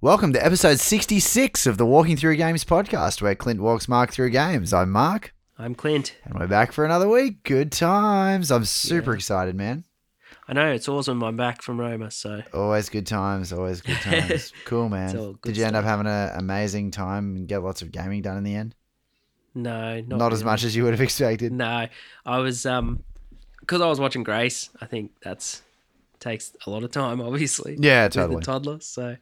Welcome to episode 66 of the Walking Through Games podcast, where Clint walks Mark through games. I'm Mark, I'm Clint. and we're back for another week. Good times. I'm super Yeah. excited, man. I know it's awesome. I'm back from Roma, so Always good times. Always good times. cool, man. all good Did you end up having an amazing time and get lots of gaming done in the end? no, not, Not, as really. much as you would have expected. No, I was um, because I was watching Grace. I think that's takes a lot of time, obviously. Yeah, With totally. the toddler, so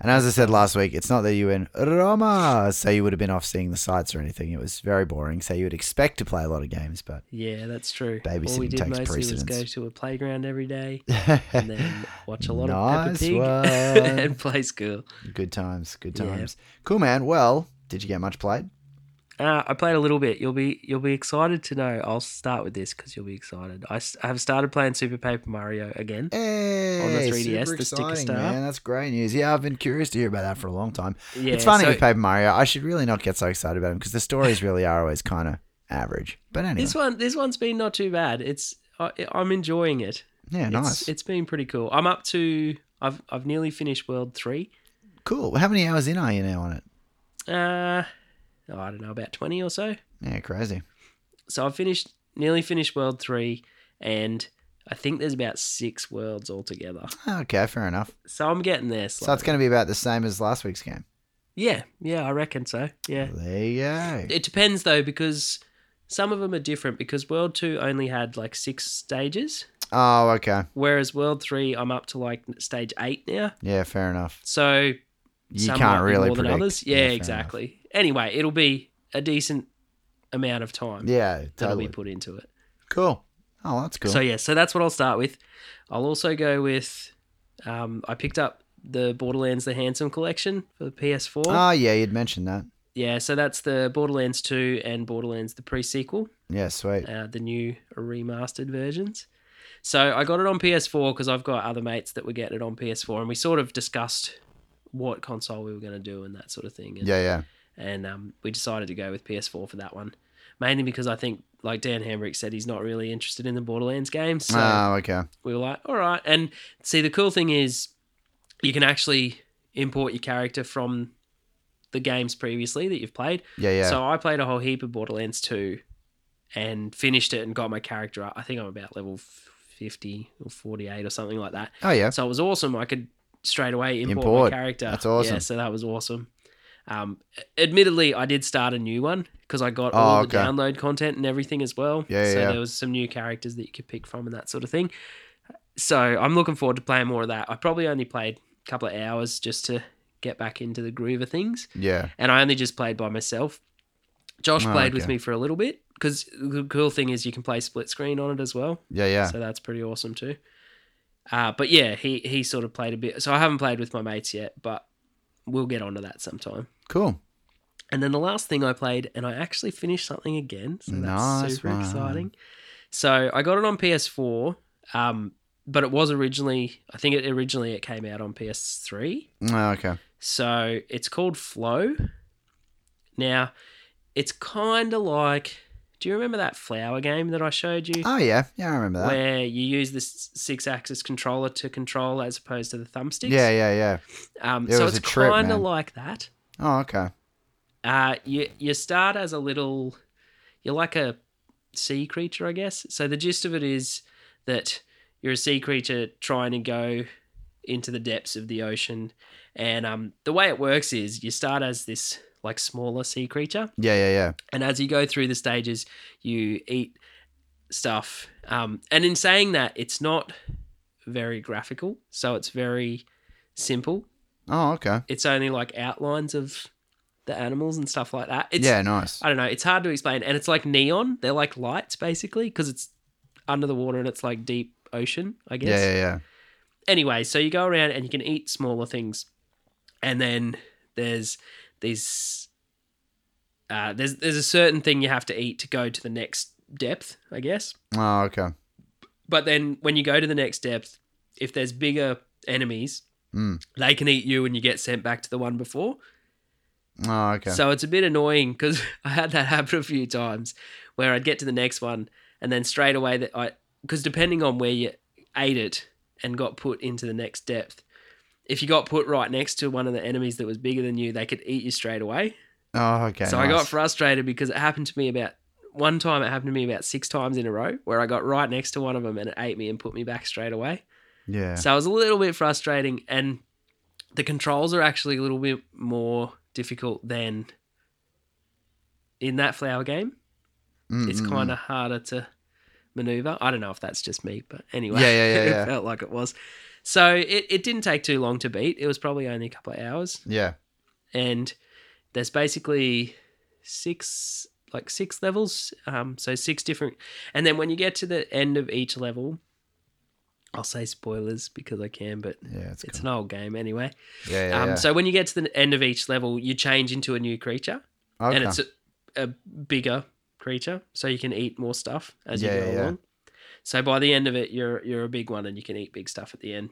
And as I said last week, it's not that you were in Roma, so you would have been off seeing the sights or anything. It was very boring. So you would expect to play a lot of games, but yeah, that's true. All we Babysitting did takes mostly was go precedence. to a playground every day and then watch a lot Nice of Peppa Pig one. and play school. good times, good Yeah. times. Cool, man. Well, did you get much played? Uh, I played a little bit. You'll be you'll be excited to know. I'll start with this because you'll be excited. I, s- I have started playing Super Paper Mario again. Hey, 3DS, super the sticker exciting, star. man. That's great news. Yeah, I've been curious to hear about that for a long time. Yeah, it's funny so- with Paper Mario. I should really not get so excited about him because the stories really are always kind of average. But anyway, This one, this one's been not too bad. It's I, I'm enjoying it. yeah, nice, It's, it's been pretty cool. I'm up to I've I've nearly finished World Three. cool. How many hours in are you now on it? Uh, oh, I don't know about twenty or so. Yeah, crazy. So I've finished nearly finished World Three, and I think there's about six worlds altogether. Okay, fair enough. So I'm getting there. So it's slowly. going to be about the same as last week's game. yeah, yeah, I reckon so. Yeah, There you go. it depends though because some of them are different because World Two only had like six stages, Oh, okay. whereas World Three I'm up to like stage eight now. Yeah, fair enough. So You some can't might be really more predict. than others. Yeah, fair enough. exactly. Anyway, it'll be a decent amount of time Yeah, that'll totally. be put into it. Cool. Oh, that's cool. So yeah, so that's what I'll start with. I'll also go with. Um, I picked up the Borderlands the Handsome Collection for the PS4. oh, yeah, you'd mentioned that. yeah, so that's the Borderlands 2 and Borderlands the pre-sequel, Yeah, sweet. uh, the new remastered versions. So I got it on PS4 because I've got other mates that were getting it on PS4, and we sort of discussed what console we were going to do and that sort of thing. And Yeah, yeah. and um, we decided to go with PS4 for that one, mainly because I think, like Dan Hambrick said, he's not really interested in the Borderlands games. So oh, okay. we were like, all right. And see, the cool thing is, you can actually import your character from the games previously that you've played. Yeah, yeah. So I played a whole heap of Borderlands 2 and finished it and got my character up. I think I'm about level 50 or 48 or something like that. oh, yeah. So it was awesome. I could straight away import, Import. my character. That's awesome. Yeah, so that was awesome. Um, admittedly, I did start a new one because I got Oh, all the okay. download content and everything as well. Yeah, yeah, So yeah. there was some new characters that you could pick from and that sort of thing. So I'm looking forward to playing more of that. I probably only played a couple of hours just to get back into the groove of things, Yeah. and I only just played by myself. Josh Oh, played okay. with me for a little bit because the cool thing is you can play split screen on it as well. Yeah, yeah. So that's pretty awesome too. Uh, but yeah, he he sort of played a bit. So I haven't played with my mates yet, but we'll get onto that sometime. Cool. And then the last thing I played, and I actually finished something again. So that's Nice super one. exciting. So I got it on PS4, um, but it was originally, I think it originally it came out on PS3. Oh, okay. So it's called Flow. Now, it's kind of like, do you remember that flower game that I showed you? Oh, yeah. Yeah, I remember that. where you use this six axis controller to control as opposed to the thumbsticks. Yeah, yeah, yeah. Um, It so was it's a trip, kind of man. like that. Oh, okay. Uh, you you start as a little, you're like a sea creature, I guess. So the gist of it is that you're a sea creature trying to go into the depths of the ocean, and um, the way it works is you start as this like smaller sea creature, Yeah, yeah, yeah. and as you go through the stages, you eat stuff. Um, and in saying that, it's not very graphical, so it's very simple. Oh, okay. It's only like outlines of the animals and stuff like that. It's, yeah, nice. I don't know. It's hard to explain, and it's like neon. They're like lights basically because it's under the water and it's like deep ocean. I guess Yeah, yeah, yeah. anyway, so you go around and you can eat smaller things, and then there's these. Uh, there's there's a certain thing you have to eat to go to the next depth, I guess. Oh, okay. But then when you go to the next depth, if there's bigger enemies, Mm. they can eat you and you get sent back to the one before. Oh, okay. So it's a bit annoying because I had that happen a few times where I'd get to the next one and then straight away that I because depending on where you ate it and got put into the next depth, if you got put right next to one of the enemies that was bigger than you, they could eat you straight away. Oh, okay. so I got nice. frustrated because it happened to me about one time. It happened to me about six times in a row where I got right next to one of them and it ate me and put me back straight away. yeah. So it was a little bit frustrating, and the controls are actually a little bit more difficult than in that flower game. It's Mm, Mm-hmm. kind of harder to maneuver. I don't know if that's just me, but anyway, Yeah, yeah, yeah, yeah. it felt like it was. So it, it didn't take too long to beat. It was probably only a couple of hours, mm. yeah. and there's basically six like six levels. Um, so six different, and then when you get to the end of each level. I'll say spoilers because I can, but Yeah. It's, it's cool. an old game anyway. yeah. Yeah. um, yeah. So when you get to the end of each level, you change into a new creature, okay. and it's a, a bigger creature, so you can eat more stuff as Yeah, you go yeah, yeah. along. So by the end of it, you're you're a big one, and you can eat big stuff at the end.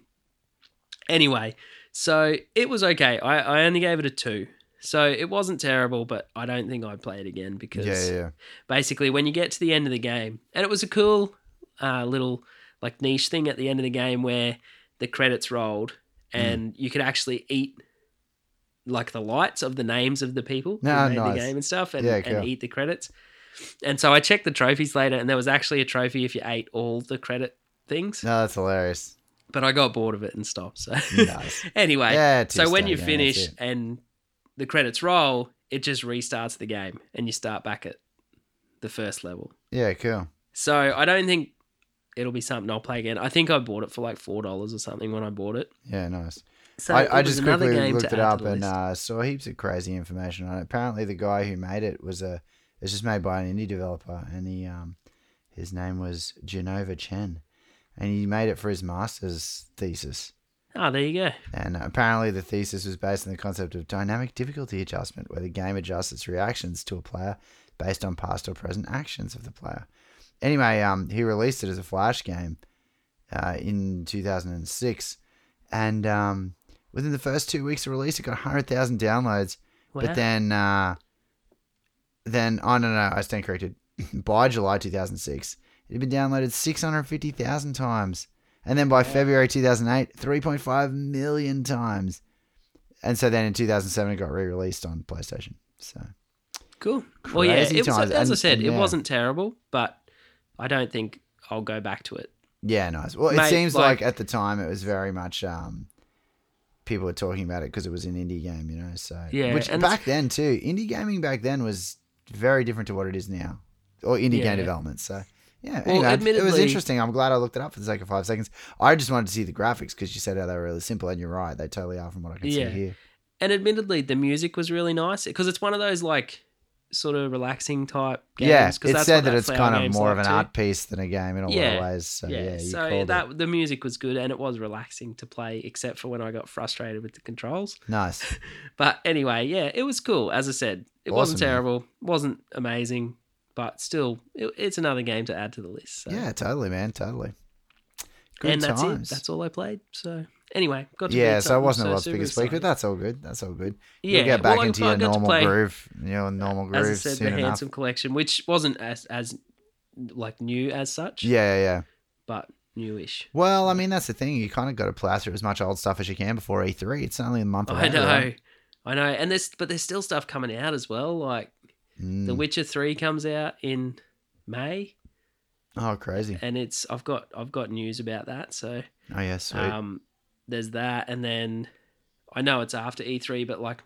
Anyway, so it was okay. I, I only gave it a two, so it wasn't terrible, but I don't think I'd play it again yeah. because Yeah. Yeah. basically when you get to the end of the game and it was a cool uh, little like niche thing at the end of the game where the credits rolled Hmm. and you could actually eat like the lights of the names of the people who Ah, made nice. the game and stuff and, Yeah, and cool. eat the credits and so i checked the trophies later and there was actually a trophy if you ate all the credit things No, that's hilarious. but i got bored of it and stopped so Nice. anyway yeah. so two when star you game, that's finish it. and the credits roll it just restarts the game and you start back at the first level Yeah. Cool. so I don't think it'll be something I'll play again. I think I bought it for like four dollars or something when I bought it. Yeah. Nice. So it I, I was just another quickly game looked to it add to up the and list. uh, saw heaps of crazy information on it. Apparently, the guy who made it was a it was just made by an indie developer, and he um his name was Genova Chen, and he made it for his master's thesis. oh, there you go. And apparently, the thesis was based on the concept of dynamic difficulty adjustment, where the game adjusts its reactions to a player based on past or present actions of the player. Anyway, um, he released it as a flash game uh, in 2006, and um, within the first two weeks of release, it got 100,000 downloads. Wow. But then, uh, then oh no no, I stand corrected. by July 2006, it had been downloaded 650,000 times, and then by February 2008, 3.5 million times, and so then in 2007 it got re-released on PlayStation. So cool. Well, yeah, Crazy it was, times. as I And- said, and it yeah. wasn't terrible, but I don't think I'll go back to it. yeah, nice. Well, it Mate, seems like- like, at the time it was very much. Um, People were talking about it because it was an indie game, you know. So Yeah, which and back then too, indie gaming back then was very different to what it is now, or indie Yeah. game development. So yeah, Well, anyway, it was admittedly- interesting. I'm glad I looked it up for the sake of five seconds. I just wanted to see the graphics because you said how they were really simple, and you're right, they totally are from what I can Yeah. see here. And admittedly, the music was really nice because it's one of those like sort of relaxing type games. yeah, 'cause it that's said what that it's flower kind of game's more of an like too. art piece than a game in a lot Yeah. of ways. So yeah, yeah, you so called that the music was good and it was relaxing to play, except for when I got frustrated with the controls. it. nice. But anyway, yeah, it was cool. As I said, it wasn't Awesome, man. terrible, wasn't amazing, but still, it, it's another game to add to the list. So. Yeah, totally, man, totally. Good and that's times. it. That's all I played. So anyway, got to yeah, beat so I something, wasn't so a lot super bigger speak, but excited. that's all good. That's all good. yeah, You'll get back well, I- into I your got to normal play, groove, your normal groove As I said, the soon enough. handsome collection, which wasn't as as like new as such, Yeah, yeah, yeah. but newish. Well, I mean, that's the thing. You kind of got to plow through as much old stuff as you can before E3. It's only a month away. Oh, I know, right? I know, and there's but there's still stuff coming out as well. Like Mm. The Witcher Three comes out in May. Oh, crazy. and it's I've got I've got news about that. So Oh, yeah, sweet. um, there's that, and then I know it's after E3, but like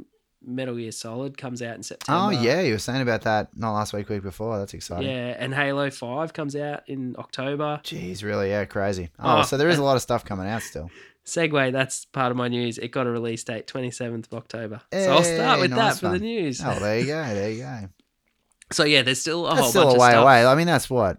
Metal Gear Solid comes out in September. oh, yeah. You were saying about that not last week, week before. That's exciting. uh, yeah, and Halo Five comes out in October. Jeez, really? Yeah, crazy. Oh, Oh, so there is a and- lot of stuff coming out still. Segway, that's part of my news. It got a release date, 27th of October. so I'll start Hey, with Eh, nice that for one. the news. Oh, there you go. There you go. So yeah, there's still a That's whole still bunch a way of stuff. away. I mean, that's what?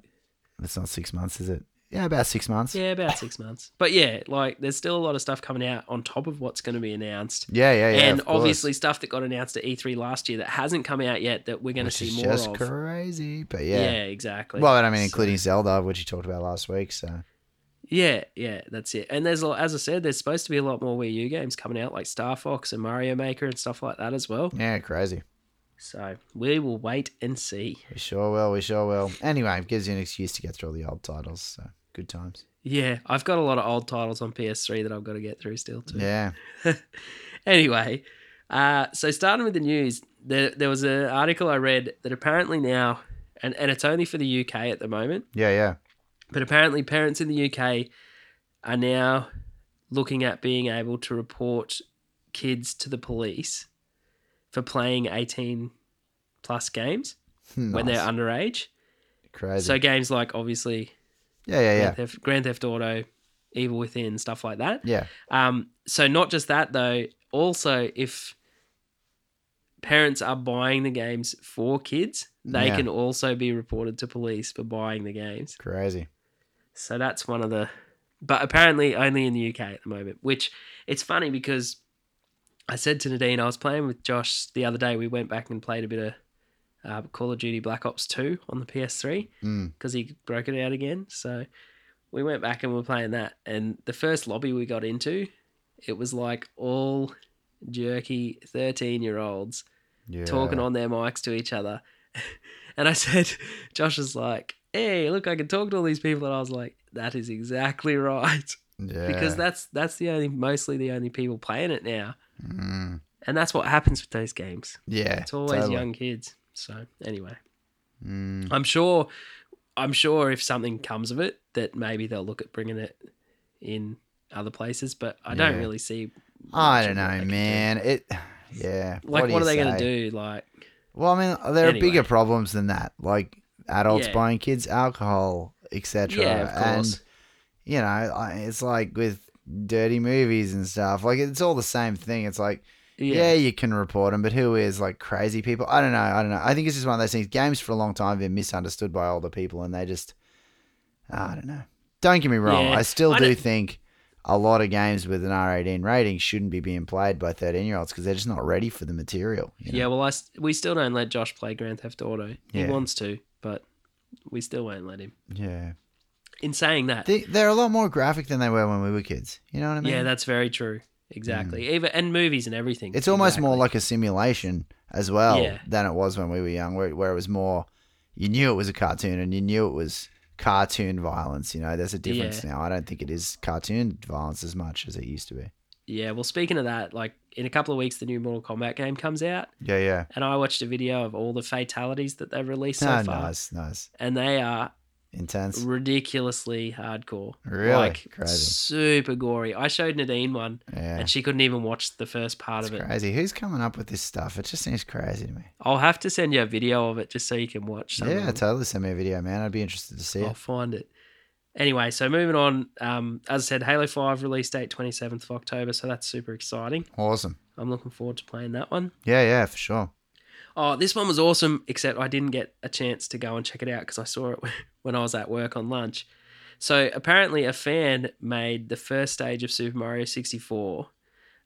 It's not six months, is it? Yeah, about six months. Yeah, about six months. But yeah, like there's still a lot of stuff coming out on top of what's going to be announced. Yeah, yeah, yeah. and of course. obviously stuff that got announced at E3 last year that hasn't come out yet that we're going to Which see is more just of. crazy. But Yeah, uh, yeah. exactly. Well, I mean, So- including Zelda, which you talked about last week. So yeah, yeah, that's it. And there's a lot, as I said, there's supposed to be a lot more Wii U games coming out, like Star Fox and Mario Maker and stuff like that as well. yeah, crazy. So we will wait and see. We sure will. We sure will. Anyway, it gives you an excuse to get through all the old titles. So good times. Yeah, I've got a lot of old titles on PS3 that I've got to get through still too. Yeah. Anyway, uh, so starting with the news, there, there was an article I read that apparently now, and, and it's only for the UK at the moment, Yeah. Yeah. but apparently parents in the UK are now looking at being able to report kids to the police for playing 18 plus games when they're Nice. underage. crazy. So games like obviously yeah. Yeah. Yeah. Grand, Theft, Grand Theft Auto, Evil Within, stuff like that. Yeah. Um, so not just that though, also if parents are buying the games for kids, they Yeah. can also be reported to police for buying the games. Crazy. So that's one of the but apparently only in the UK at the moment, which it's funny because I said to Nadine, I was playing with Josh the other day. We went back and played a bit of uh, Call of Duty Black Ops 2 on the PS3 Mm. because he broke it out again. So we went back and we were playing that. And the first lobby we got into, it was like all jerky 13 year olds Yeah. talking on their mics to each other. and I said, Josh was like, hey, look, I can talk to all these people. And I was like, that is exactly right. Yeah. Because that's that's the only mostly the only people playing it now. Mm. And that's what happens with those games. Yeah. It's always totally. young kids. So anyway. Mm. I'm sure, I'm sure if something comes of it, that maybe they'll look at bringing it in other places. But I don't Yeah. really see. I much don't of what they know, can do. man. It. Yeah. Like, what, do are you they say? going to do? Like, Well, I mean, there Anyway. are bigger problems than that, like adults Yeah. buying kids alcohol, etc. yeah, of course. And you know, I- it's like with dirty movies and stuff. Like it's all the same thing. It's like, yeah, yeah, you can report them, but who is like crazy people? I don't know. I don't know. I think it's just one of those things. Games for a long time have been misunderstood by older people, and they just, I don't know. Don't get me wrong. Yeah. I still I do don't- think a lot of games with an R eighteen rating shouldn't be being played by thirteen year olds because they're just not ready for the material. you know? yeah. Well, I s we still don't let Josh play Grand Theft Auto. He Yeah. wants to, but we still won't let him. Yeah. In saying that, They, they're a lot more graphic than they were when we were kids. You know what I mean? Mm. yeah, that's very true. Exactly. Even and movies and everything. it's almost more Exactly. like a simulation as well Yeah. than it was when we were young, where, where it was more, you knew it was a cartoon and you knew it was cartoon violence. You know, there's a difference now. I don't think it is cartoon violence as much as it used to be. Yeah. Well, speaking of that, like in a couple of weeks, the new Mortal Kombat game comes out. Yeah, yeah. and I watched a video of all the fatalities that they've released so No, far, Ah, nice, nice. and they are Intense. ridiculously hardcore. Really? like Crazy. super gory. I showed Nadine one, Yeah. and she couldn't even watch the first part It's of it. crazy. Who's coming up with this stuff? It just seems crazy to me. I'll have to send you a video of it just so you can watch. Some Yeah, of them. totally send me a video, man. I'd be interested to see I'll it. find it. Anyway, so moving on. Um, as I said, Halo Five release date twenty seventh of October, so that's super exciting. Awesome. I'm looking forward to playing that one. Yeah, yeah, for sure. Oh, this one was awesome, except I didn't get a chance to go and check it out because I saw it when I was at work on lunch. So apparently, a fan made the first stage of Super Mario 64,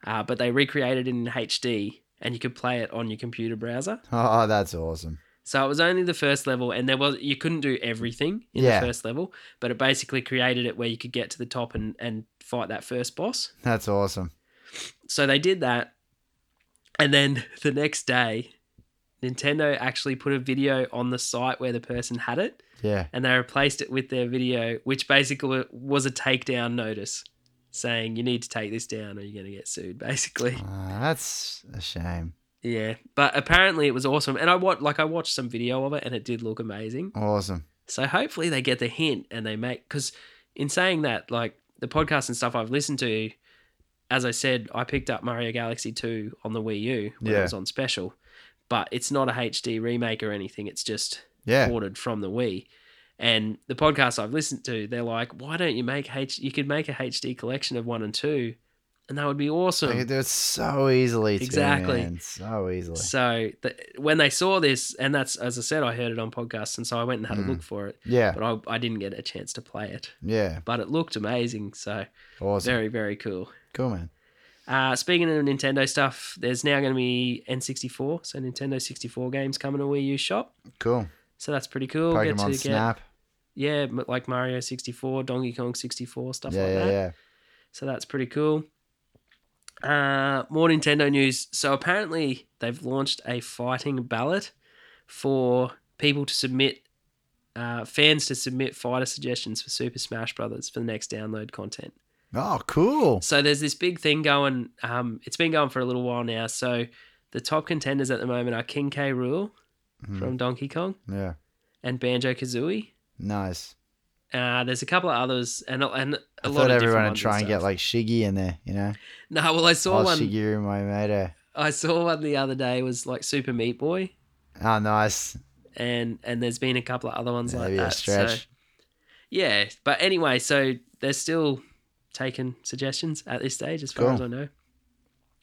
uh, but they recreated it in HD and you could play it on your computer browser. Oh, that's awesome. So it was only the first level, and there was you couldn't do everything in Yeah. the first level, but it basically created it where you could get to the top and, and fight that first boss. That's awesome. So they did that. And then the next day, Nintendo actually put a video on the site where the person had it Yeah. and they replaced it with their video, which basically was a takedown notice saying you need to take this down or you're going to get sued, basically. Uh, that's a shame. Yeah. But apparently it was awesome. And I watched, like, I watched some video of it and it did look amazing. Awesome. So hopefully they get the hint and they make because in saying that, like the podcast and stuff I've listened to, as I said, I picked up Mario Galaxy Two on the Wii U when it Yeah. was on special, but it's not a HD remake or anything. It's just Yeah. ported from the Wii. And the podcasts I've listened to, they're like, why don't you make H? You could make a HD collection of one and two, and that would be awesome. I could do it so easily. Too, Exactly. man. So easily. So the, when they saw this, and that's as I said, I heard it on podcasts, and so I went and had Mm. a look for it, Yeah. but I, I didn't get a chance to play it. Yeah. but it looked amazing. So Awesome. very, very cool. Cool, man. Uh, speaking of Nintendo stuff, there's now going to be N64, so Nintendo 64 games coming to Wii U shop. Cool. So that's pretty cool. Get to Pokemon get Snap. yeah, m- like Mario 64, Donkey Kong 64, stuff Yeah, like yeah, that. yeah. So that's pretty cool. Uh, more Nintendo news. So apparently they've launched a fighting ballot for people to submit uh, fans to submit fighter suggestions for Super Smash Brothers for the next download content. Oh, cool. So there's this big thing going. Um, it's been going for a little while now. So the top contenders at the moment are King K. Rule Mhm. from Donkey Kong Yeah. and Banjo Kazooie. Nice. Uh, there's a couple of others, and and a I lot thought of everyone everyone would try and get like Shiggy in there, you know? No, well, I saw Oh, one. Shigeru Miyamoto. I saw one the other day was like Super Meat Boy, Oh, nice. and and there's been a couple of other ones Maybe like that. a So stretch. yeah, but anyway, so they're still taking suggestions at this stage, as far Cool. as I know.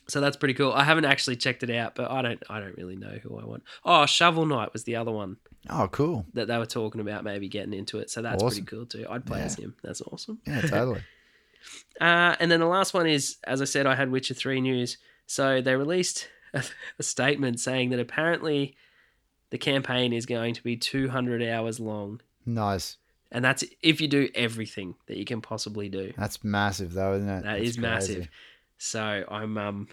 So that's pretty cool. I haven't actually checked it out, but I don't I don't really know who I want. Oh, Shovel Knight was the other one Oh, cool. that they were talking about maybe getting into it. So that's Awesome. pretty cool too. I'd play Yeah. as him. That's awesome. Yeah, totally. Uh, and then the last one is, as I said, I had Witcher 3 news. So they released a, a statement saying that apparently the campaign is going to be 200 hours long. nice. And that's if you do everything that you can possibly do. That's massive, though, isn't it? That That's is massive. crazy. So I'm um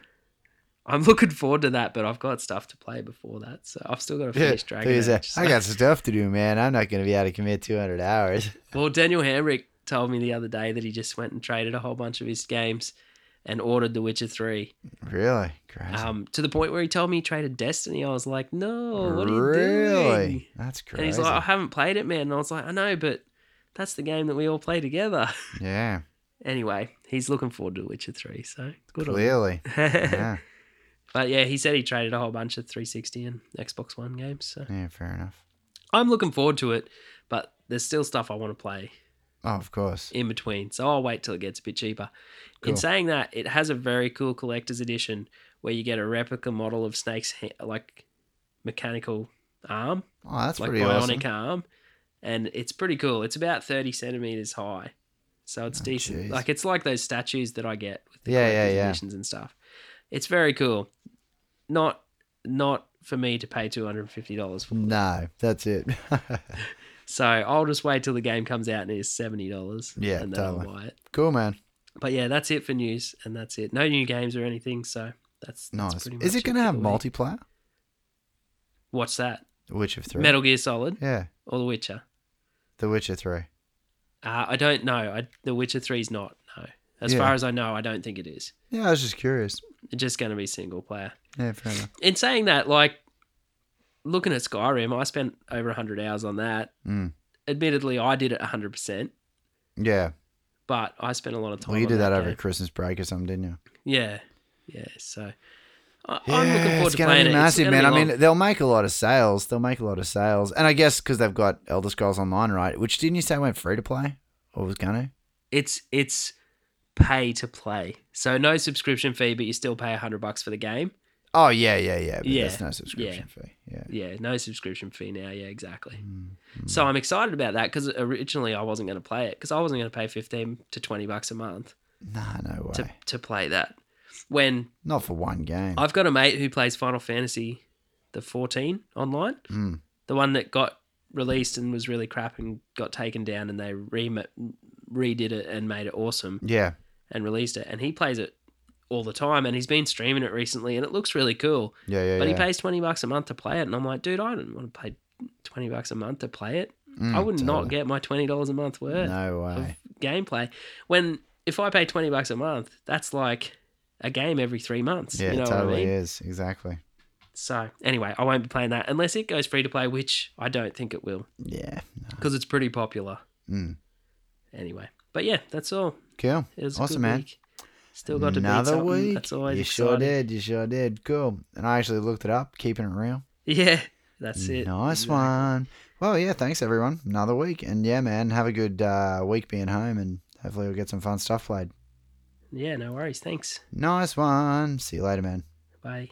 I'm looking forward to that, but I've got stuff to play before that. So I've still got to Yeah, finish Dragon please, uh, Age. So- I got stuff to do, man. I'm not going to be able to commit 200 hours. Well, Daniel Hamrick told me the other day that he just went and traded a whole bunch of his games and ordered The Witcher 3. Really? Crazy. Um, to the point where he told me he traded Destiny. I was like, no, Oh, what are you really? doing? That's crazy. And he's like, I haven't played it, man. And I was like, I know, but that's the game that we all play together. yeah, anyway, he's looking forward to Witcher 3, so good on him. clearly. Yeah, But yeah, he said he traded a whole bunch of 360 and Xbox One games. So yeah, fair enough. I'm looking forward to it, but there's still stuff I want to play Oh, of course. in between. So I'll wait till it gets a bit cheaper. Cool. In saying that, it has a very cool collector's edition where you get a replica model of Snake's ha- like mechanical arm, Oh, that's like pretty awesome. bionic arm, and it's pretty cool. It's about thirty centimeters high, so it's Oh, decent. jeez. Like it's like those statues that I get with the Yeah, yeah, collector's yeah. editions and stuff. It's very cool. Not not for me to pay two hundred and fifty dollars for. No, that's it. So I'll just wait till the game comes out and it's seventy dollars. Yeah, and then I'll totally. buy it. cool, man. but yeah, that's it for news, and that's it. No new games or anything, so that's, that's Nice. pretty much Is it going to for have the week. multiplayer? What's that? Which of three? Metal Gear Solid Yeah, or The Witcher? The Witcher three. Uh, I don't know. I, the Witcher Three is not. No, as Yeah. far as I know, I don't think it is. Yeah, I was just curious. It's just going to be single player. Yeah, fair enough. In saying that, like looking at Skyrim, I spent over hundred hours on that. Mm. Admittedly, I did it hundred percent, Yeah, but I spent a lot of time. well, you on did that over game. Christmas break or something, didn't you? Yeah, yeah. So I, Yeah, I'm looking forward it's to gonna playing be it. massive, it's man. gonna be I long. mean, they'll make a lot of sales. They'll make a lot of sales, and I guess because they've got Elder Scrolls Online, right? Which didn't you say went free to play or was gonna? it's it's pay to play. So no subscription fee, but you still pay a hundred bucks for the game. Oh yeah, yeah, yeah. But Yeah, there's no subscription fee. Yeah. Yeah, no subscription fee now. Yeah, exactly. Mm, mm. So I'm excited about that because originally I wasn't going to play it because I wasn't going to pay fifteen to twenty bucks a month Nah, no way. to to play that. When Not for one game. I've got a mate who plays Final Fantasy, the fourteen online, Mm. the one that got released and was really crap and got taken down, and they re- redid it and made it awesome. Yeah. and released it, and he plays it all the time, and he's been streaming it recently, and it looks really cool. Yeah, yeah, But yeah. he pays twenty bucks a month to play it, and I'm like, dude, I don't want to pay twenty bucks a month to play it. Mm, I would not totally. get my twenty dollars a month worth No of way. gameplay. When if I pay twenty bucks a month, that's like a game every three months. Yeah, you know totally what I mean? is. Exactly. So anyway, I won't be playing that unless it goes free to play, which I don't think it will Yeah. because it's pretty popular Mm. anyway. But yeah, that's all. Cool. It was Awesome, a good man. week. Still got to beat Another something. week. That's always you exciting. sure did. You sure did. Cool. And I actually looked it up, keeping it real. Yeah, that's it. Nice Exactly. one. Well, yeah, thanks everyone. Another week. And yeah, man, have a good uh, week being home and hopefully we'll get some fun stuff played. Yeah, no worries. Thanks. Nice one. See you later, man. Bye.